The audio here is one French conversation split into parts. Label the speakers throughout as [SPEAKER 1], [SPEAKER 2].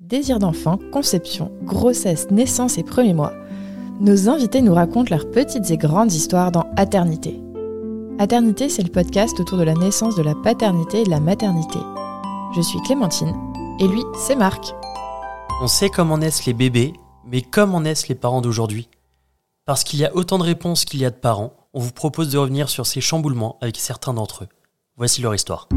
[SPEAKER 1] Désir d'enfant, conception, grossesse, naissance et premiers mois, nos invités nous racontent leurs petites et grandes histoires dans Aternité. Aternité, c'est le podcast autour de la naissance de la paternité et de la maternité. Je suis Clémentine et lui, c'est Marc.
[SPEAKER 2] On sait comment naissent les bébés, mais comment naissent les parents d'aujourd'hui Parce qu'il y a autant de réponses qu'il y a de parents, on vous propose de revenir sur ces chamboulements avec certains d'entre eux. Voici leur histoire.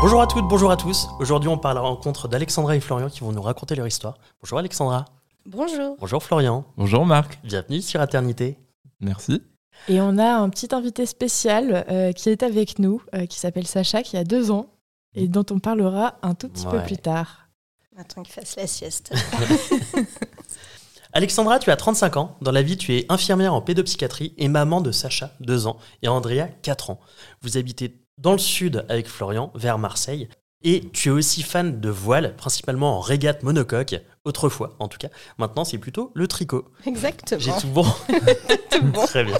[SPEAKER 2] Bonjour à toutes, bonjour à tous. Aujourd'hui, on part à la rencontre d'Alexandra et Florian qui vont nous raconter leur histoire. Bonjour Alexandra.
[SPEAKER 3] Bonjour.
[SPEAKER 2] Bonjour Florian.
[SPEAKER 4] Bonjour Marc.
[SPEAKER 2] Bienvenue sur Aternité.
[SPEAKER 4] Merci.
[SPEAKER 1] Et on a un petit invité spécial euh, qui est avec nous, euh, qui s'appelle Sacha, qui a deux ans et dont on parlera un tout petit peu
[SPEAKER 2] Ouais.
[SPEAKER 1] plus tard.
[SPEAKER 3] Attends qu'il fasse la sieste.
[SPEAKER 2] Alexandra, tu as 35 ans. Dans la vie, tu es infirmière en pédopsychiatrie et maman de Sacha, 2 ans, et Andrea, 4 ans. Vous habitez dans le sud avec Florian, vers Marseille. Et tu es aussi fan de voile, principalement en régate monocoque, autrefois en tout cas. Maintenant, c'est plutôt le tricot. J'ai
[SPEAKER 3] Exactement.
[SPEAKER 2] tout bon.
[SPEAKER 3] Tout bon.
[SPEAKER 2] Très bien.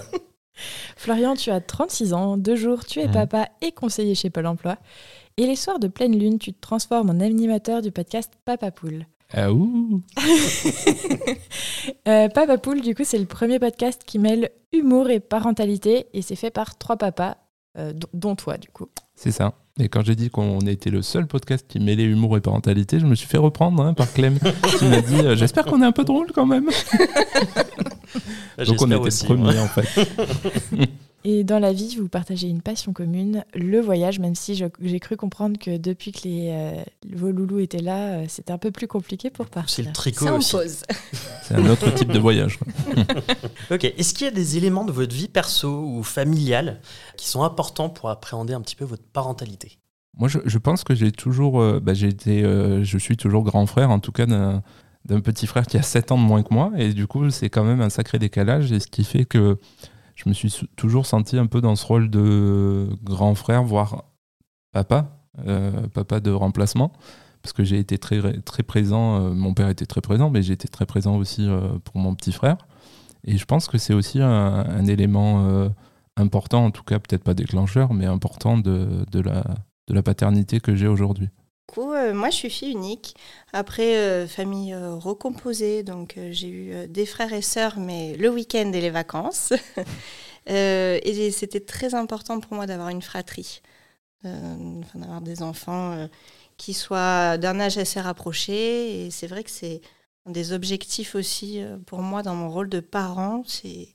[SPEAKER 1] Florian, tu as 36 ans, deux jours, tu es
[SPEAKER 4] Mhm.
[SPEAKER 1] papa et conseiller chez Pôle emploi. Et les soirs de pleine lune, tu te transformes en animateur du podcast Papa Poule.
[SPEAKER 4] Ah ouh.
[SPEAKER 1] Euh, Papa Poule, du coup, c'est le premier podcast qui mêle humour et parentalité et c'est fait par trois papas, euh, dont- dont toi, du coup.
[SPEAKER 4] C'est ça. Et quand j'ai dit qu'on était le seul podcast qui mêlait humour et parentalité, je me suis fait reprendre hein, par Clem qui m'a dit euh, J'espère qu'on est un peu drôle quand même. Donc on
[SPEAKER 2] J'espère
[SPEAKER 4] était
[SPEAKER 2] aussi,
[SPEAKER 4] premier
[SPEAKER 2] moi.
[SPEAKER 4] en fait.
[SPEAKER 1] Et dans la vie, vous partagez une passion commune, le voyage, même si je- j'ai cru comprendre que depuis que les, euh, vos loulous étaient là, euh, c'était un peu plus compliqué pour
[SPEAKER 2] C'est
[SPEAKER 1] partir.
[SPEAKER 2] le tricot
[SPEAKER 3] Ça, on
[SPEAKER 2] aussi.
[SPEAKER 3] pose.
[SPEAKER 4] C'est un autre type de voyage. quoi.
[SPEAKER 2] Ok. Est-ce qu'il y a des éléments de votre vie perso ou familiale qui sont importants pour appréhender un petit peu votre parentalité
[SPEAKER 4] Moi je, je pense que j'ai toujours. euh, bah, j'ai été, euh, je suis toujours grand frère, en tout cas d'un d'un petit frère qui a 7 ans de moins que moi. Et du coup, c'est quand même un sacré décalage. Et ce qui fait que je me suis sou- toujours senti un peu dans ce rôle de grand frère, voire papa, euh, papa de remplacement. Parce que j'ai été très, très présent. euh, mon père était très présent, mais j'ai été très présent aussi euh, pour mon petit frère. Et je pense que c'est aussi un, un élément euh, important, en tout cas, peut-être pas déclencheur, mais important de, de, la, de la paternité que j'ai aujourd'hui.
[SPEAKER 3] Du coup, euh, moi, je suis fille unique. Après, euh, famille euh, recomposée, donc euh, j'ai eu euh, des frères et sœurs, mais le week-end et les vacances. Euh, et c'était très important pour moi d'avoir une fratrie, Euh, enfin, d'avoir des enfants euh, qui soient d'un âge assez rapproché. Et c'est vrai que c'est un des objectifs aussi euh, pour moi dans mon rôle de parent, c'est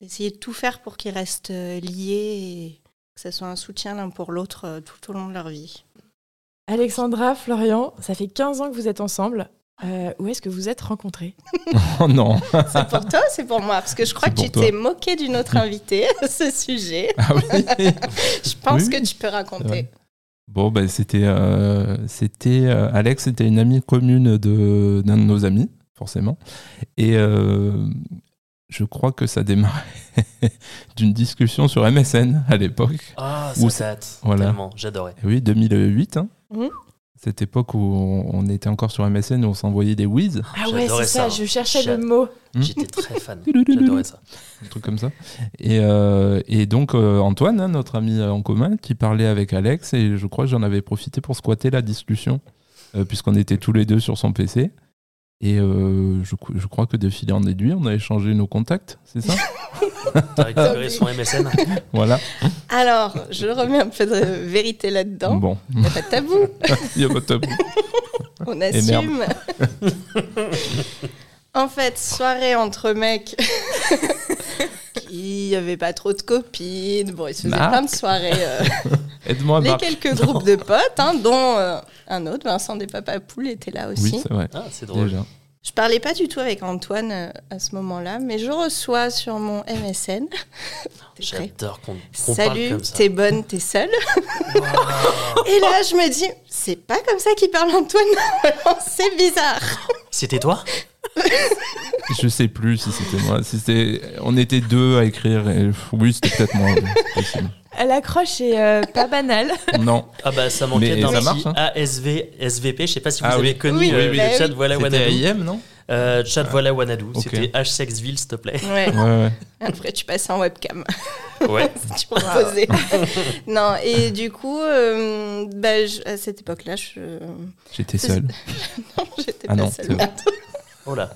[SPEAKER 3] d'essayer de tout faire pour qu'ils restent euh, liés et que ça soit un soutien l'un pour l'autre euh, tout au long de leur vie.
[SPEAKER 1] Alexandra, Florian, ça fait 15 ans que vous êtes ensemble. Euh, où est-ce que vous êtes rencontrés
[SPEAKER 4] Oh non
[SPEAKER 3] C'est pour toi, c'est pour moi, parce que je crois
[SPEAKER 4] C'est
[SPEAKER 3] que tu
[SPEAKER 4] pour toi.
[SPEAKER 3] t'es moqué d'une autre invitée à ce sujet.
[SPEAKER 4] Ah oui
[SPEAKER 3] Je pense
[SPEAKER 4] Oui,
[SPEAKER 3] que
[SPEAKER 4] oui.
[SPEAKER 3] tu peux raconter.
[SPEAKER 4] Bon, ben, c'était. euh, c'était euh, Alex était une amie commune de- d'un de, nos amis, forcément. Et euh, je crois que ça démarrait d'une discussion sur MSN à l'époque.
[SPEAKER 2] Ah,
[SPEAKER 4] Ou
[SPEAKER 2] ça date.
[SPEAKER 4] voilà.
[SPEAKER 2] Tellement, j'adorais.
[SPEAKER 4] Eh Oui, 2008. hein.
[SPEAKER 3] Mhm.
[SPEAKER 4] Cette époque où on, on était encore sur MSN, où on s'envoyait des whiz,
[SPEAKER 1] Ah ouais, c'est
[SPEAKER 2] J'adorais
[SPEAKER 1] ça,
[SPEAKER 2] ça, hein.
[SPEAKER 1] je cherchais
[SPEAKER 2] J'ad-
[SPEAKER 1] le mot.
[SPEAKER 4] Hmm.
[SPEAKER 2] J'étais très fan. J'adorais ça.
[SPEAKER 4] un truc comme ça. Et, euh, et donc euh, Antoine, hein, notre ami euh, en commun, qui parlait avec Alex, et je crois que j'en avais profité pour squatter la discussion, euh, puisqu'on était tous les deux sur son PC. Et euh, je, cou- je crois que de fil en aiguille, on a échangé nos contacts, c'est ça
[SPEAKER 2] T'as récupéré son MSN
[SPEAKER 4] Voilà.
[SPEAKER 3] Alors, je remets un peu de vérité là-dedans.
[SPEAKER 4] Bon,
[SPEAKER 3] Il n'y a pas de tabou,
[SPEAKER 4] il y a pas de tabou.
[SPEAKER 3] on
[SPEAKER 4] merde.
[SPEAKER 3] assume. en fait, soirée entre mecs qui n'avaient pas trop de copines. Bon, ils se faisaient
[SPEAKER 4] Marc.
[SPEAKER 3] plein de soirées. euh,
[SPEAKER 4] Aide-moi,
[SPEAKER 3] les
[SPEAKER 4] Marc.
[SPEAKER 3] quelques groupes de potes, hein, dont euh, un autre, Vincent des Papas Poules, était là aussi.
[SPEAKER 4] Oui, c'est vrai.
[SPEAKER 2] Ah, c'est drôle.
[SPEAKER 4] Déjà.
[SPEAKER 3] Je parlais pas du tout avec Antoine euh, à ce moment-là, mais je reçois sur mon MSN. T'es prêt
[SPEAKER 2] J'adore qu'on qu'on parle
[SPEAKER 3] Salut,
[SPEAKER 2] comme ça.
[SPEAKER 3] t'es bonne, t'es seule.
[SPEAKER 2] Waouh.
[SPEAKER 3] Et là, je me dis, c'est pas comme ça qu'il parle Antoine. normalement, c'est bizarre.
[SPEAKER 2] C'était toi
[SPEAKER 4] Je sais plus si c'était moi. Si c'était- on était deux à écrire. et- Oui, c'était peut-être moi. oui, c'est possible.
[SPEAKER 1] L'accroche est euh, pas banale.
[SPEAKER 4] Non,
[SPEAKER 2] Ah bah ça manquait
[SPEAKER 4] Mais
[SPEAKER 2] d'un
[SPEAKER 4] ça
[SPEAKER 2] petit
[SPEAKER 4] marche, hein.
[SPEAKER 2] ASV, SVP, je sais pas si vous
[SPEAKER 4] Ah
[SPEAKER 2] avez
[SPEAKER 4] oui.
[SPEAKER 2] connu
[SPEAKER 3] Oui,
[SPEAKER 2] euh,
[SPEAKER 3] oui, Bah
[SPEAKER 2] le
[SPEAKER 3] oui.
[SPEAKER 2] chat Voilà
[SPEAKER 4] c'était
[SPEAKER 2] Wannabe.
[SPEAKER 4] IM, non
[SPEAKER 2] Euh, chat, voilà Wanadu.
[SPEAKER 4] Ok.
[SPEAKER 2] C'était H-Sexville, s'il te plaît.
[SPEAKER 3] Ouais.
[SPEAKER 4] Ouais, ouais.
[SPEAKER 3] Après, tu passes en webcam.
[SPEAKER 2] Ouais.
[SPEAKER 3] tu proposais. non, et du coup, euh, bah, je- à cette époque-là, je.
[SPEAKER 4] J'étais seul.
[SPEAKER 3] Non, j'étais pas
[SPEAKER 4] Ah non,
[SPEAKER 3] seule.
[SPEAKER 4] c'est vrai.
[SPEAKER 2] Oh là.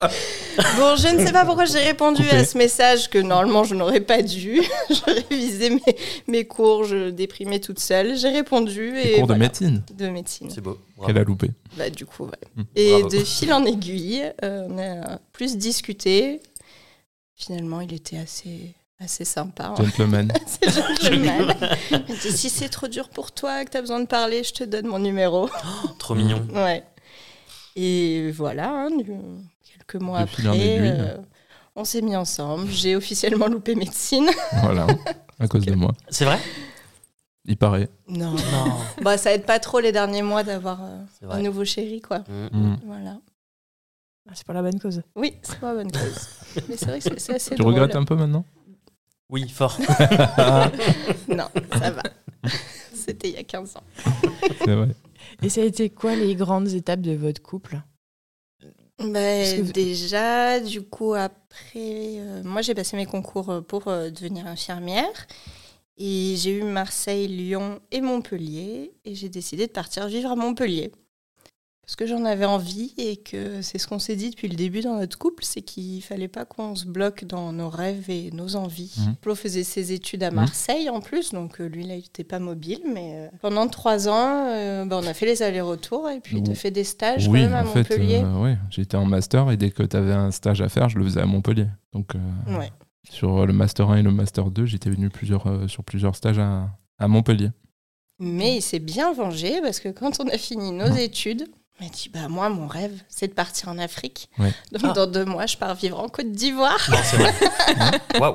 [SPEAKER 3] Bon, je ne sais pas pourquoi j'ai répondu
[SPEAKER 4] Coupé.
[SPEAKER 3] à ce message que normalement je n'aurais pas dû. je révisais mes, mes cours, je déprimais toute seule. J'ai répondu.
[SPEAKER 4] Les
[SPEAKER 3] Et
[SPEAKER 4] cours de
[SPEAKER 3] voilà.
[SPEAKER 4] médecine
[SPEAKER 3] De médecine.
[SPEAKER 2] C'est beau. Bravo.
[SPEAKER 4] qu'elle a loupé.
[SPEAKER 3] Bah, du coup, ouais.
[SPEAKER 4] Mm.
[SPEAKER 3] Et
[SPEAKER 2] Bravo.
[SPEAKER 3] de fil en aiguille, euh, on a plus discuté. Finalement, il était assez, assez sympa. hein.
[SPEAKER 4] Gentleman.
[SPEAKER 3] C'est gentleman. Il dit, si c'est trop dur pour toi, que t'as besoin de parler, je te donne mon numéro.
[SPEAKER 2] Trop mignon.
[SPEAKER 4] Mm.
[SPEAKER 3] Ouais. Et voilà, hein, du- quelques mois
[SPEAKER 4] De fil en
[SPEAKER 3] après,
[SPEAKER 4] aiguille.
[SPEAKER 3] euh, on s'est mis ensemble. J'ai officiellement loupé médecine.
[SPEAKER 4] voilà. À cause de moi.
[SPEAKER 2] C'est vrai
[SPEAKER 4] Il paraît.
[SPEAKER 3] Non.
[SPEAKER 2] Non.
[SPEAKER 3] bah, ça aide pas trop les derniers mois d'avoir euh,
[SPEAKER 2] C'est
[SPEAKER 3] un
[SPEAKER 2] vrai.
[SPEAKER 3] nouveau chéri, quoi.
[SPEAKER 2] Mm.
[SPEAKER 4] Mm.
[SPEAKER 3] Voilà.
[SPEAKER 1] Ah, C'est pour la bonne cause.
[SPEAKER 3] Oui, c'est pas bonne cause. Mais c'est vrai que c'est- c'est assez
[SPEAKER 4] Tu
[SPEAKER 3] drôle.
[SPEAKER 4] regrettes un peu maintenant
[SPEAKER 2] Oui, fort.
[SPEAKER 3] Non, ça va. C'était il y a 15 ans.
[SPEAKER 4] C'est vrai.
[SPEAKER 3] Ah,
[SPEAKER 1] Et ça a été quoi les grandes étapes de votre couple Parce que
[SPEAKER 3] Ben,
[SPEAKER 1] vous-
[SPEAKER 3] Déjà, du coup, après, euh, moi j'ai passé mes concours euh, pour euh, devenir infirmière. Et j'ai eu Marseille, Lyon et Montpellier. Et j'ai décidé de partir vivre à Montpellier. Parce que j'en avais envie et que c'est ce qu'on s'est dit depuis le début dans notre couple, c'est qu'il fallait pas qu'on se bloque dans nos rêves et nos envies.
[SPEAKER 4] Mhm.
[SPEAKER 3] Flo faisait ses études à
[SPEAKER 4] Mhm.
[SPEAKER 3] Marseille en plus, donc euh, lui là il n'était pas mobile, mais euh, pendant trois ans, euh, ben, on a fait les allers-retours et puis il te
[SPEAKER 4] Ou-
[SPEAKER 3] fait des stages
[SPEAKER 4] oui,
[SPEAKER 3] quand même à
[SPEAKER 4] en fait,
[SPEAKER 3] Montpellier.
[SPEAKER 4] euh, ouais, j'étais en master et dès que tu avais un stage à faire, je le faisais à Montpellier. Donc euh,
[SPEAKER 3] Ouais.
[SPEAKER 4] sur euh, le master 1 et le master 2, j'étais venu plusieurs, euh, sur plusieurs stages à, à Montpellier.
[SPEAKER 3] Mais il s'est bien vengé parce que quand on a fini nos études, il m'a dit bah moi mon rêve c'est de partir en Afrique.
[SPEAKER 4] Ouais.
[SPEAKER 3] Donc
[SPEAKER 2] Ah.
[SPEAKER 3] dans deux mois je pars vivre en Côte d'Ivoire.
[SPEAKER 2] Non, c'est vrai. Waouh.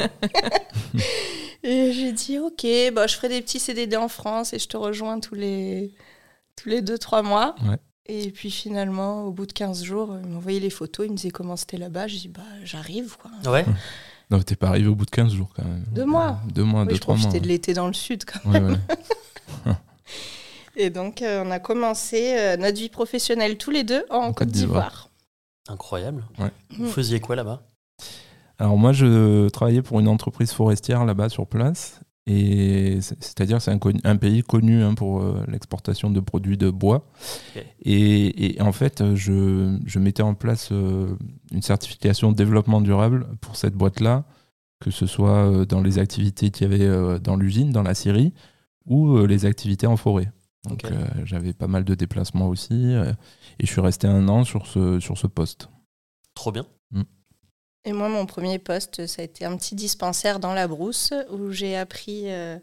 [SPEAKER 3] Et j'ai dit ok bah je ferai des petits CDD en France et je te rejoins tous les tous les deux trois mois.
[SPEAKER 4] Ouais.
[SPEAKER 3] Et puis finalement au bout de 15 jours il m'envoyait les photos, il me disait comment c'était là-bas. J'ai dit bah j'arrive quoi.
[SPEAKER 4] Ah, Mm.
[SPEAKER 2] Ouais.
[SPEAKER 4] Non, t'es pas arrivé au bout de 15 jours quand même.
[SPEAKER 3] Deux mois.
[SPEAKER 4] Deux mois,
[SPEAKER 3] Oui,
[SPEAKER 4] deux,
[SPEAKER 3] je
[SPEAKER 4] trois mois.
[SPEAKER 3] profitais de l'été dans le sud quoi.
[SPEAKER 4] Ouais, ouais.
[SPEAKER 3] Et donc euh, on a commencé euh, notre vie professionnelle tous les deux en,
[SPEAKER 4] Côte
[SPEAKER 3] Côte d'Ivoire.
[SPEAKER 2] Incroyable.
[SPEAKER 4] Ouais.
[SPEAKER 3] Mm.
[SPEAKER 2] Vous faisiez quoi là-bas
[SPEAKER 4] Alors moi, je travaillais pour une entreprise forestière là-bas sur place. Et c'est- c'est-à-dire c'est un, connu- un pays connu hein, pour euh, l'exportation de produits de bois.
[SPEAKER 2] Ok.
[SPEAKER 4] Et, et en fait, euh, je, je mettais en place euh, une certification développement durable pour cette boîte-là, que ce soit euh, dans les activités qu'il y avait euh, dans l'usine, dans la scierie, ou euh, les activités en forêt. Donc
[SPEAKER 2] Ok.
[SPEAKER 4] euh, j'avais pas mal de déplacements aussi, euh, et je suis resté un an sur ce, sur ce poste.
[SPEAKER 2] Trop bien.
[SPEAKER 3] Et moi, mon premier poste, ça a été un petit dispensaire dans la brousse où j'ai appris euh,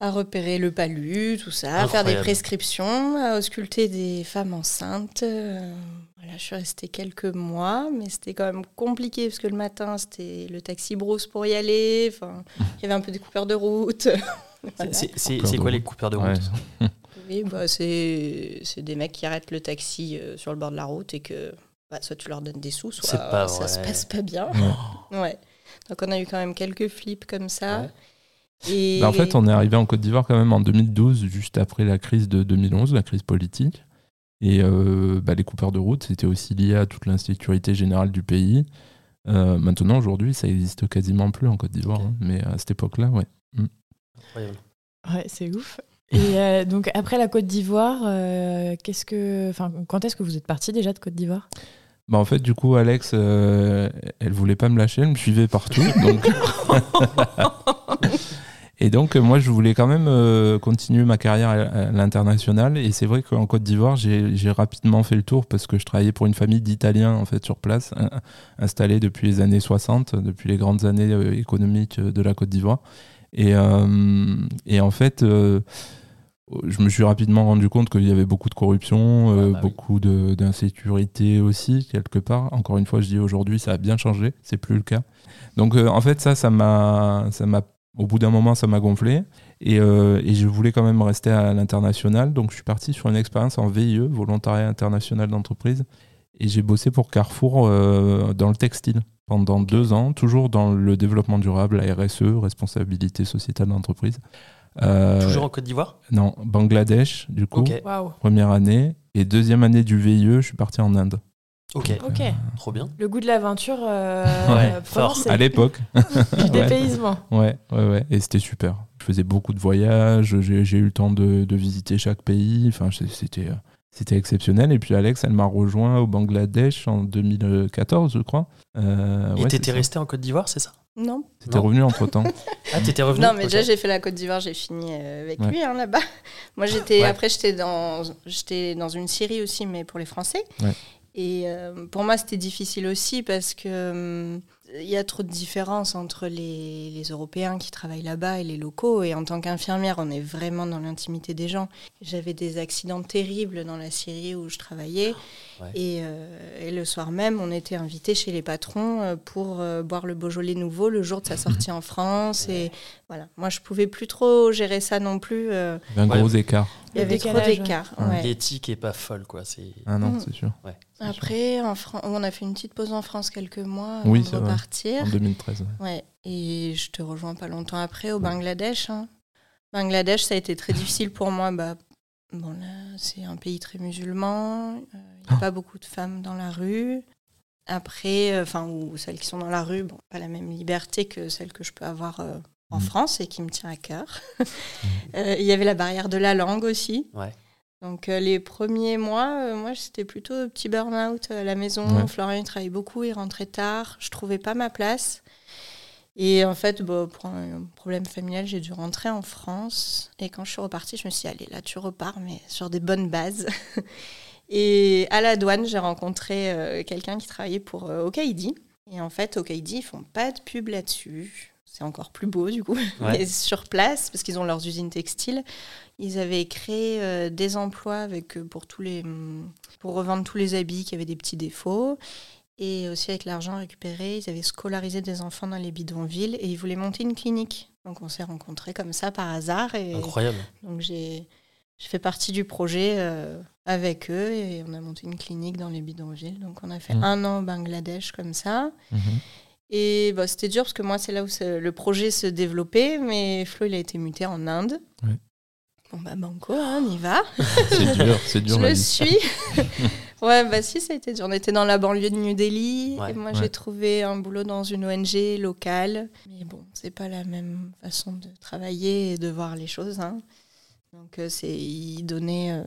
[SPEAKER 3] à repérer le palu, tout ça, à faire des
[SPEAKER 2] Incroyable.
[SPEAKER 3] prescriptions, à ausculter des femmes enceintes. Euh, voilà, je suis restée quelques mois, mais c'était quand même compliqué parce que le matin, c'était le taxi brousse pour y aller. Enfin, il y avait un peu des coupeurs de route. Voilà.
[SPEAKER 2] C'est- C'est
[SPEAKER 4] Coupeurs
[SPEAKER 2] c'est
[SPEAKER 4] de
[SPEAKER 2] quoi les
[SPEAKER 4] route.
[SPEAKER 2] coupeurs de route
[SPEAKER 4] Ouais.
[SPEAKER 3] Oui, bah, c'est c'est des mecs qui arrêtent le taxi euh, sur le bord de la route et que bah, soit tu leur donnes des sous, soit
[SPEAKER 2] C'est pas
[SPEAKER 3] euh, ça se
[SPEAKER 2] vrai.
[SPEAKER 3] passe pas bien.
[SPEAKER 4] Ouais.
[SPEAKER 3] Ouais. Donc on a eu quand même quelques flips comme ça.
[SPEAKER 2] Ouais.
[SPEAKER 3] Et
[SPEAKER 4] Bah, en fait, on est arrivé en Côte d'Ivoire quand même en 2012, juste après la crise de 2011, la crise politique. Et euh, bah, les coupeurs de route, c'était aussi lié à toute l'insécurité générale du pays. Euh, maintenant, aujourd'hui, ça existe quasiment plus en Côte d'Ivoire,
[SPEAKER 2] Ok.
[SPEAKER 4] hein, mais à cette époque-là, ouais.
[SPEAKER 2] Incroyable.
[SPEAKER 1] Ouais, c'est ouf. Et euh, donc après la Côte d'Ivoire, euh, qu'est-ce que, enfin, quand est-ce que vous êtes parti déjà de Côte d'Ivoire
[SPEAKER 4] Bah, en fait, du coup, Alex, euh, elle voulait pas me lâcher, elle me suivait partout. donc- et donc, euh, moi, je voulais quand même euh, continuer ma carrière à- à l'international. Et c'est vrai qu'en Côte d'Ivoire, j'ai j'ai rapidement fait le tour parce que je travaillais pour une famille d'Italiens, en fait, sur place, in- installée depuis les années 60, depuis les grandes années euh, économiques euh, de la Côte d'Ivoire. Et, euh, et en fait, euh, je me suis rapidement rendu compte qu'il y avait beaucoup de corruption, euh,
[SPEAKER 2] bah oui.
[SPEAKER 4] beaucoup de- d'insécurité aussi, quelque part. Encore une fois, je dis aujourd'hui, ça a bien changé, c'est plus le cas. Donc euh, en fait, ça, ça m'a, ça m'a, au bout d'un moment, ça m'a gonflé. Et, euh, et je voulais quand même rester à l'international. Donc je suis parti sur une expérience en VIE, volontariat international d'entreprise. Et j'ai bossé pour Carrefour euh, dans le textile pendant deux ans, toujours dans le développement durable, la RSE, responsabilité sociétale d'entreprise. Euh,
[SPEAKER 2] Toujours en Côte d'Ivoire
[SPEAKER 4] Non, Bangladesh, du coup,
[SPEAKER 2] Ok.
[SPEAKER 1] Waouh.
[SPEAKER 4] première année. Et deuxième année du VIE, je suis E, parti en Inde.
[SPEAKER 2] Ok,
[SPEAKER 1] Euh, Ok.
[SPEAKER 2] trop bien.
[SPEAKER 1] Le goût de l'aventure. euh,
[SPEAKER 2] Ouais,
[SPEAKER 1] vraiment,
[SPEAKER 2] fort.
[SPEAKER 1] c'est
[SPEAKER 4] À l'époque.
[SPEAKER 1] du
[SPEAKER 4] ouais.
[SPEAKER 1] dépaysement.
[SPEAKER 4] Ouais, ouais, ouais. Et c'était super. Je faisais beaucoup de voyages, j'ai j'ai eu le temps de, de visiter chaque pays. Enfin, c'est- c'était. euh, C'était exceptionnel. Et puis Alex, elle m'a rejoint au Bangladesh en 2014, je crois. Euh,
[SPEAKER 2] et
[SPEAKER 4] ouais,
[SPEAKER 2] t'étais
[SPEAKER 4] c'est ça.
[SPEAKER 2] resté en Côte d'Ivoire, c'est ça
[SPEAKER 3] Non.
[SPEAKER 4] T'étais
[SPEAKER 2] Non.
[SPEAKER 4] revenu entre temps.
[SPEAKER 2] Ah, t'étais revenu
[SPEAKER 3] Non, mais
[SPEAKER 2] Ok.
[SPEAKER 3] déjà, j'ai fait la Côte d'Ivoire, j'ai fini euh, avec
[SPEAKER 4] Ouais.
[SPEAKER 3] lui hein, là-bas. Moi, j'étais
[SPEAKER 2] Ouais.
[SPEAKER 3] après, j'étais dans, j'étais dans une série aussi, mais pour les Français.
[SPEAKER 4] Ouais.
[SPEAKER 3] Et euh, pour moi, c'était difficile aussi parce que hum, il y a trop de différences entre les, les Européens qui travaillent là-bas et les locaux. Et en tant qu'infirmière, on est vraiment dans l'intimité des gens. J'avais des accidents terribles dans la Syrie où je travaillais.
[SPEAKER 4] Ah,
[SPEAKER 2] Ouais.
[SPEAKER 3] Et, euh, et le soir même, on était invité chez les patrons euh, pour euh, boire le Beaujolais nouveau le jour de sa sortie en France. Et voilà, moi, je pouvais plus trop gérer ça non plus. euh,
[SPEAKER 4] Il y avait un
[SPEAKER 2] Ouais.
[SPEAKER 4] gros écart.
[SPEAKER 3] Il y
[SPEAKER 1] Le
[SPEAKER 3] avait trop
[SPEAKER 1] décalage,
[SPEAKER 3] d'écart.
[SPEAKER 4] ouais.
[SPEAKER 3] ouais.
[SPEAKER 2] L'éthique est pas folle, quoi. C'est
[SPEAKER 4] Ah non,
[SPEAKER 3] Mm.
[SPEAKER 4] c'est sûr.
[SPEAKER 3] Après, en Fran- on a fait une petite pause en France quelques mois avant
[SPEAKER 4] Oui,
[SPEAKER 3] de
[SPEAKER 4] c'est vrai.
[SPEAKER 3] repartir.
[SPEAKER 4] En 2013. ouais.
[SPEAKER 3] Ouais, et je te rejoins pas longtemps après au Bangladesh. hein. Bangladesh, ça a été très difficile pour moi. Bah, bon, là, c'est un pays très musulman. euh, Il
[SPEAKER 4] Ah.
[SPEAKER 3] n'y a pas beaucoup de femmes dans la rue. Après, euh, enfin, ou celles qui sont dans la rue, bon, pas la même liberté que celle que je peux avoir euh, en
[SPEAKER 4] Mm.
[SPEAKER 3] France et qui me tient à cœur. Euh, Il y avait la barrière de la langue aussi.
[SPEAKER 2] Ouais.
[SPEAKER 3] Donc euh, les premiers mois, euh, moi c'était plutôt un petit burn-out à la maison.
[SPEAKER 4] Ouais.
[SPEAKER 3] Florian il travaillait beaucoup, il rentrait tard, je trouvais pas ma place. Et en fait, bah, pour un problème familial, j'ai dû rentrer en France. Et quand je suis repartie, je me suis dit, allez, là tu repars, mais sur des bonnes bases. et à la douane, j'ai rencontré euh, quelqu'un qui travaillait pour euh, Okaidi. Et en fait, Okaidi, ils font pas de pub là-dessus. C'est encore plus beau du coup.
[SPEAKER 2] Ouais.
[SPEAKER 3] Mais sur place, parce qu'ils ont leurs usines textiles, ils avaient créé euh, des emplois avec, euh, pour, tous les, hum, pour revendre tous les habits qui avaient des petits défauts. Et aussi avec l'argent récupéré, ils avaient scolarisé des enfants dans les bidonvilles et ils voulaient monter une clinique. Donc on s'est rencontrés comme ça par hasard. Et
[SPEAKER 2] incroyable.
[SPEAKER 3] donc j'ai j'ai fait partie du projet euh, avec eux et on a monté une clinique dans les bidonvilles. Donc on a fait
[SPEAKER 4] Mhm.
[SPEAKER 3] un an au Bangladesh comme ça.
[SPEAKER 4] Mhm.
[SPEAKER 3] Et bah, c'était dur parce que moi, c'est là où ce- le projet se développait, mais Flo, il a été muté en Inde.
[SPEAKER 4] Ouais.
[SPEAKER 3] Bon, bah, banco, hein, on y va.
[SPEAKER 4] C'est dur, c'est dur.
[SPEAKER 3] Je
[SPEAKER 4] la
[SPEAKER 3] le
[SPEAKER 4] vie.
[SPEAKER 3] suis. ouais, bah si, ça a été dur. On était dans la banlieue de New Delhi.
[SPEAKER 2] Ouais.
[SPEAKER 3] et moi,
[SPEAKER 4] Ouais.
[SPEAKER 3] j'ai trouvé un boulot dans une ONG locale. Mais bon, c'est pas la même façon de travailler et de voir les choses. hein. Donc, euh, c'est y donner euh,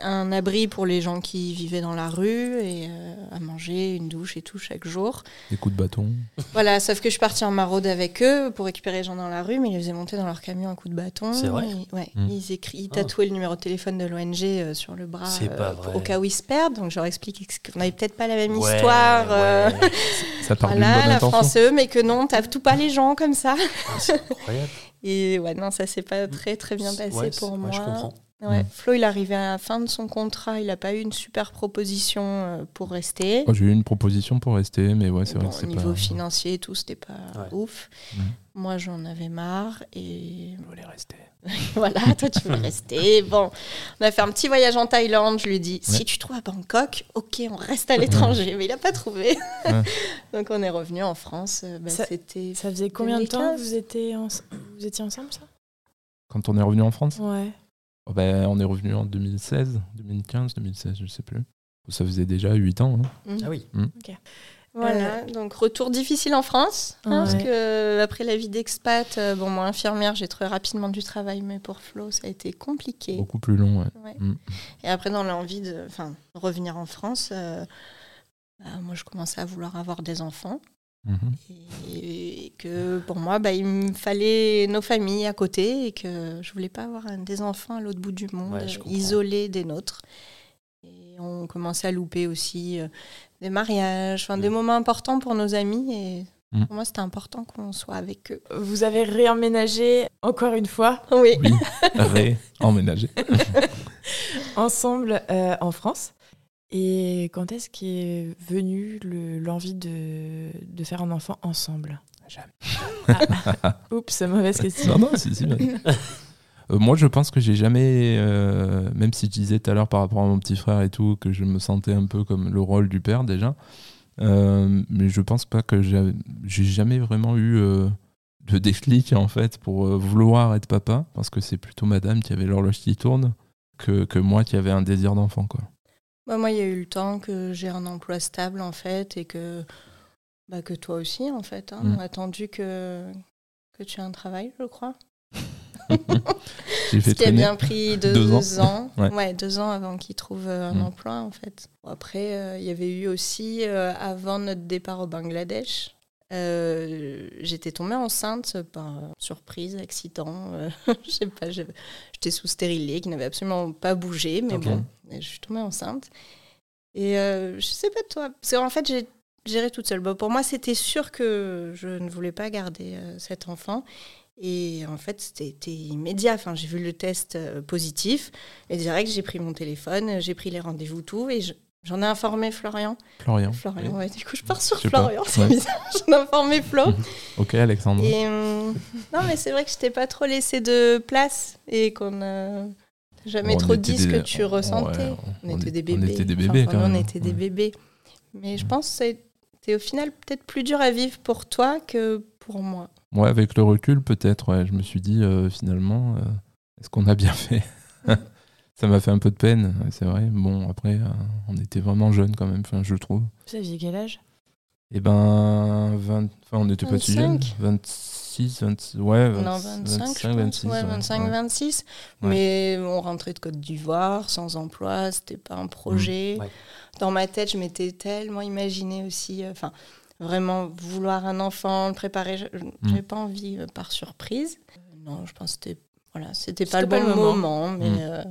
[SPEAKER 3] un abri pour les gens qui vivaient dans la rue et euh, à manger, une douche et tout chaque jour.
[SPEAKER 4] Des coups de bâton.
[SPEAKER 3] Voilà, sauf que je suis partie en maraude avec eux pour récupérer les gens dans la rue, mais ils les faisaient monter dans leur camion à coups de bâton.
[SPEAKER 2] C'est vrai
[SPEAKER 3] Et- ouais,
[SPEAKER 4] Mm.
[SPEAKER 3] Ils, écri- ils
[SPEAKER 2] Ah.
[SPEAKER 3] tatouaient le numéro de téléphone de l'ONG euh, sur le bras
[SPEAKER 2] C'est pas
[SPEAKER 3] pour-
[SPEAKER 2] vrai.
[SPEAKER 3] au cas où ils se perdent. Donc je leur explique ex- qu'on n'avait peut-être pas la même
[SPEAKER 2] Ouais,
[SPEAKER 3] histoire. euh,
[SPEAKER 2] ouais.
[SPEAKER 4] Ça part d'une
[SPEAKER 3] Voilà,
[SPEAKER 4] bonne
[SPEAKER 3] la
[SPEAKER 4] intention.
[SPEAKER 3] France, eux, mais que non, t'as tout pas les gens comme ça.
[SPEAKER 2] Ah, C'est incroyable.
[SPEAKER 3] Et ouais, non, ça s'est pas très très bien passé
[SPEAKER 2] Hmm. Ouais, Hmm.
[SPEAKER 3] pour
[SPEAKER 2] c'est- ouais,
[SPEAKER 3] moi.
[SPEAKER 2] Je comprends.
[SPEAKER 3] Ouais,
[SPEAKER 4] Mm.
[SPEAKER 3] Flo, il arrivait à la fin de son contrat, il a pas eu une super proposition euh, pour rester.
[SPEAKER 4] Oh, J'ai eu une proposition pour rester, mais ouais, c'est
[SPEAKER 3] Bon,
[SPEAKER 4] vrai que
[SPEAKER 3] au
[SPEAKER 4] c'est
[SPEAKER 3] niveau
[SPEAKER 4] pas.
[SPEAKER 3] financier et tout, c'était pas
[SPEAKER 2] Ouais.
[SPEAKER 3] ouf.
[SPEAKER 4] Mhm.
[SPEAKER 3] Moi, j'en avais marre et
[SPEAKER 4] Je voulais rester.
[SPEAKER 3] voilà, toi, tu veux rester. Bon, on a fait un petit voyage en Thaïlande. Je lui ai dit,
[SPEAKER 4] Ouais.
[SPEAKER 3] si tu trouves à Bangkok, ok, on reste à l'étranger. Mais il n'a pas trouvé.
[SPEAKER 4] Ouais.
[SPEAKER 3] Donc, on est revenu en France. euh, bah,
[SPEAKER 1] Ça-
[SPEAKER 3] C'était
[SPEAKER 1] Ça faisait combien de temps que
[SPEAKER 3] 2015?
[SPEAKER 1] vous étiez, en- vous étiez ensemble, ça
[SPEAKER 4] Quand on est revenu en France
[SPEAKER 1] Ouais.
[SPEAKER 4] Oh, ben, On est revenu en 2016, 2015, 2016, je sais plus. Ça faisait déjà 8 ans. hein.
[SPEAKER 2] Ah oui.
[SPEAKER 3] Hum. Voilà, donc retour difficile en France, hein,
[SPEAKER 1] Ouais.
[SPEAKER 3] parce que euh, après la vie d'expat, euh, bon moi infirmière, j'ai trouvé rapidement du travail, mais pour Flo, ça a été compliqué.
[SPEAKER 4] Beaucoup plus long. ouais.
[SPEAKER 3] Ouais.
[SPEAKER 4] Mm.
[SPEAKER 3] Et après, dans l'envie de enfin, revenir en France, euh, bah, moi, je commençais à vouloir avoir des enfants.
[SPEAKER 4] Mhm.
[SPEAKER 3] Et, et que pour moi, bah, il me fallait nos familles à côté et que je voulais pas avoir un- des enfants à l'autre bout du monde,
[SPEAKER 2] Ouais, je
[SPEAKER 3] euh,
[SPEAKER 2] comprends.
[SPEAKER 3] isolés des nôtres. Et on commençait à louper aussi euh, des mariages, enfin, des
[SPEAKER 2] Mm.
[SPEAKER 3] moments importants pour nos amis. Et
[SPEAKER 4] Mm.
[SPEAKER 3] pour moi, c'était important qu'on soit avec eux.
[SPEAKER 1] Vous avez réemménagé, encore une fois,
[SPEAKER 3] Oui.
[SPEAKER 4] Oui, ré, emménager.
[SPEAKER 1] ensemble euh, en France. Et quand est-ce qu'est venue le- l'envie de, de faire un enfant ensemble
[SPEAKER 4] Jamais.
[SPEAKER 1] Ah, oups, mauvaise question.
[SPEAKER 4] Non, non, si, si, vas-y. Euh, moi, je pense que j'ai jamais, euh, même si je disais tout à l'heure par rapport à mon petit frère et tout, que je me sentais un peu comme le rôle du père déjà, euh, mais je pense pas que j'a- j'ai jamais vraiment eu euh, de déclic en fait pour euh, vouloir être papa, parce que c'est plutôt madame qui avait l'horloge qui tourne que, que moi qui avais un désir d'enfant. quoi.
[SPEAKER 3] Bah, moi, il y a eu le temps que j'ai un emploi stable, en fait, et que, bah, que toi aussi, en fait. hein.
[SPEAKER 4] Mm.
[SPEAKER 3] On a attendu que, que tu aies un travail, je crois. Ce
[SPEAKER 4] J'ai fait
[SPEAKER 3] qui a
[SPEAKER 4] traîner.
[SPEAKER 3] bien pris deux,
[SPEAKER 4] Deux ans.
[SPEAKER 3] ans.
[SPEAKER 4] Ouais.
[SPEAKER 3] Ouais. deux ans avant qu'il trouve euh, un
[SPEAKER 4] Mm.
[SPEAKER 3] emploi, en fait. Bon, après, euh, il y avait eu aussi, euh, avant notre départ au Bangladesh, euh, j'étais tombée enceinte par euh, surprise, accident. euh, je sais pas, je- j'étais sous stérilet qui n'avait absolument pas bougé, mais
[SPEAKER 2] Ok.
[SPEAKER 3] bon, et je suis tombée enceinte. Et euh, je sais pas de toi, parce qu'en fait, j'ai géré toute seule. Bon, pour moi, c'était sûr que je ne voulais pas garder euh, cet enfant. Et en fait, c'était immédiat. Enfin, j'ai vu le test euh, positif et direct, j'ai pris mon téléphone, j'ai pris les rendez-vous, tout, et je- j'en ai informé Florian.
[SPEAKER 4] Florian.
[SPEAKER 3] Florian, ouais, du coup, je pars sur
[SPEAKER 4] Je sais pas.
[SPEAKER 3] Florian, c'est
[SPEAKER 4] Ouais.
[SPEAKER 3] bizarre. J'en ai informé Flo.
[SPEAKER 4] Ok, Alexandre.
[SPEAKER 3] Et euh, non, mais c'est vrai que je t'ai pas trop laissé de place et qu'on n'a jamais
[SPEAKER 4] On
[SPEAKER 3] trop
[SPEAKER 4] était
[SPEAKER 3] dit ce que
[SPEAKER 4] des-
[SPEAKER 3] tu
[SPEAKER 4] on-
[SPEAKER 3] ressentais.
[SPEAKER 4] ouais,
[SPEAKER 3] on, était des
[SPEAKER 4] On
[SPEAKER 3] bébés.
[SPEAKER 4] était des
[SPEAKER 3] Enfin,
[SPEAKER 4] bébés quand
[SPEAKER 3] vraiment,
[SPEAKER 4] même.
[SPEAKER 3] On était des
[SPEAKER 4] Ouais.
[SPEAKER 3] bébés. Mais je pense que c'était au final peut-être plus dur à vivre pour toi que pour moi.
[SPEAKER 4] Moi, avec le recul, peut-être, ouais, je me suis dit euh, finalement, euh, est-ce qu'on a bien fait Ça m'a fait un peu de peine, ouais, c'est vrai. Bon, après, euh, on était vraiment jeunes quand même, enfin, je trouve.
[SPEAKER 1] Vous aviez quel âge
[SPEAKER 4] Et ben, 20... enfin, on n'était pas si jeunes.
[SPEAKER 3] 25.
[SPEAKER 4] 26, 26, ouais, 20
[SPEAKER 3] non, 25, je pense.
[SPEAKER 4] 26,
[SPEAKER 3] ouais,
[SPEAKER 4] ouais,
[SPEAKER 3] 25,
[SPEAKER 4] ouais.
[SPEAKER 3] 26.
[SPEAKER 4] Ouais.
[SPEAKER 3] Mais on rentrait de Côte d'Ivoire, sans emploi, c'était pas
[SPEAKER 4] Mmh.
[SPEAKER 3] un projet.
[SPEAKER 2] Ouais.
[SPEAKER 3] Dans ma tête, je m'étais tellement imaginé aussi, euh, enfin, vraiment vouloir un enfant, le préparer, je- je- j'avais pas envie euh, par surprise. Euh, Non, je pense que c'était, voilà, c'était pas le
[SPEAKER 1] C'était
[SPEAKER 3] bon
[SPEAKER 1] pas le
[SPEAKER 3] moment.
[SPEAKER 1] moment.
[SPEAKER 3] mais
[SPEAKER 4] Mm.
[SPEAKER 3] euh,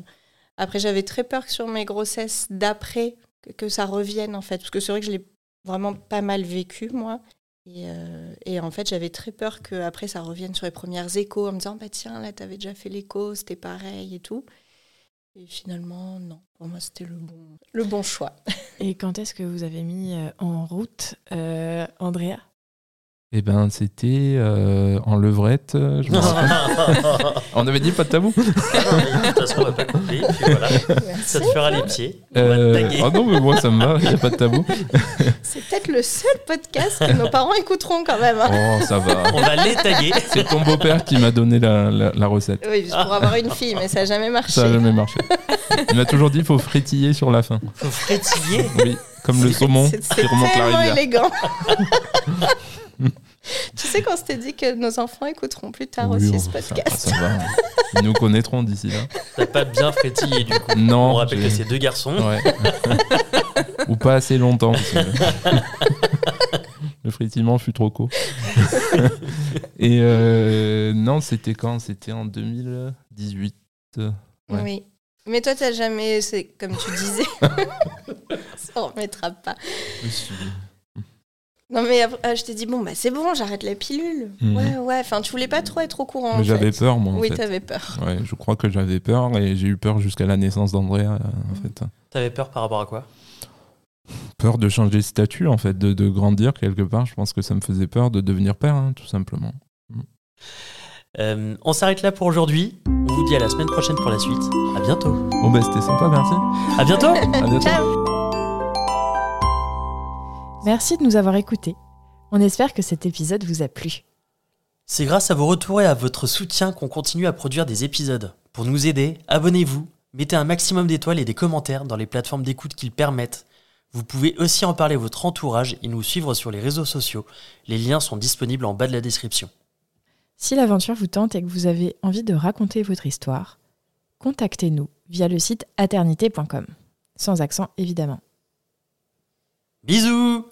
[SPEAKER 3] après, j'avais très peur que sur mes grossesses d'après, que, que ça revienne en fait, parce que c'est vrai que je l'ai vraiment pas mal vécu, moi. Et, euh, et en fait, j'avais très peur qu'après, ça revienne sur les premières échos en me disant, bah tiens, là, t'avais déjà fait l'écho, c'était pareil et tout. Et finalement, non, pour moi, c'était le bon, le bon choix.
[SPEAKER 1] Et quand est-ce que vous avez mis euh, en route euh, Andrea
[SPEAKER 4] Eh ben, c'était euh, en levrette. euh, je me rappelle. on avait dit pas de tabou.
[SPEAKER 2] Ah non, mais de toute façon, on va pas couper. et Puis voilà, ça te fera les pieds. On va te
[SPEAKER 4] Euh,
[SPEAKER 2] taguer.
[SPEAKER 4] ah non, mais moi, ça me va, il n'y a pas de tabou.
[SPEAKER 3] C'est peut-être le seul podcast que nos parents écouteront quand même. hein.
[SPEAKER 4] Oh, ça va.
[SPEAKER 2] On va les taguer.
[SPEAKER 4] C'est ton beau-père qui m'a donné la, la- la recette.
[SPEAKER 3] Oui, juste pour avoir une fille, mais ça n'a jamais marché.
[SPEAKER 4] Ça n'a jamais marché. Il m'a toujours dit qu'il faut frétiller sur la fin.
[SPEAKER 2] Faut frétiller.
[SPEAKER 4] Oui, comme le
[SPEAKER 2] C'est-
[SPEAKER 4] saumon
[SPEAKER 3] C'est c'est
[SPEAKER 4] qui remonte la
[SPEAKER 3] tellement
[SPEAKER 4] rivière.
[SPEAKER 3] élégant. tu sais qu'on s'était dit que nos enfants écouteront plus tard
[SPEAKER 4] Oui,
[SPEAKER 3] aussi
[SPEAKER 4] on-
[SPEAKER 3] ce
[SPEAKER 4] ça-
[SPEAKER 3] podcast.
[SPEAKER 4] ça va. hein. Ils nous connaîtront d'ici là.
[SPEAKER 2] T'as pas bien frétillé du coup.
[SPEAKER 4] Non.
[SPEAKER 2] on rappelle
[SPEAKER 4] j'ai-
[SPEAKER 2] que c'est deux garçons.
[SPEAKER 4] Ouais. Ou pas assez longtemps. parce que- Le frétillement fut trop court. Et euh, non, c'était quand C'était en 2018. Ouais.
[SPEAKER 3] Oui. Mais toi, t'as jamais, c'est comme tu disais, ça on remettra pas. Non mais après, euh, je t'ai dit bon bah c'est bon, j'arrête la pilule.
[SPEAKER 4] Mhm.
[SPEAKER 3] Ouais ouais. Enfin, tu voulais pas trop être au courant. en
[SPEAKER 4] Mais j'avais
[SPEAKER 3] fait.
[SPEAKER 4] peur, moi. en
[SPEAKER 3] Oui,
[SPEAKER 4] fait.
[SPEAKER 3] t'avais peur.
[SPEAKER 4] Ouais, je crois que j'avais peur et j'ai eu peur jusqu'à la naissance d'André
[SPEAKER 3] Mm.
[SPEAKER 4] en fait.
[SPEAKER 2] T'avais peur par rapport à quoi
[SPEAKER 4] Peur de changer de statut, en fait, de, de grandir quelque part. Je pense que ça me faisait peur de devenir père, hein, tout simplement.
[SPEAKER 2] Euh, On s'arrête là pour aujourd'hui. On vous dit à la semaine prochaine pour la suite. À bientôt.
[SPEAKER 4] Bon, bah, c'était sympa, merci.
[SPEAKER 2] À bientôt.
[SPEAKER 4] À bientôt.
[SPEAKER 3] Ciao.
[SPEAKER 1] Merci de nous avoir écoutés. On espère que cet épisode vous a plu.
[SPEAKER 2] C'est grâce à vos retours et à votre soutien qu'on continue à produire des épisodes. Pour nous aider, abonnez-vous, mettez un maximum d'étoiles et des commentaires dans les plateformes d'écoute qu'ils permettent. Vous pouvez aussi en parler à votre entourage et nous suivre sur les réseaux sociaux. Les liens sont disponibles en bas de la description.
[SPEAKER 1] Si l'aventure vous tente et que vous avez envie de raconter votre histoire, contactez-nous via le site aternité.com. Sans accent, évidemment.
[SPEAKER 2] Bisous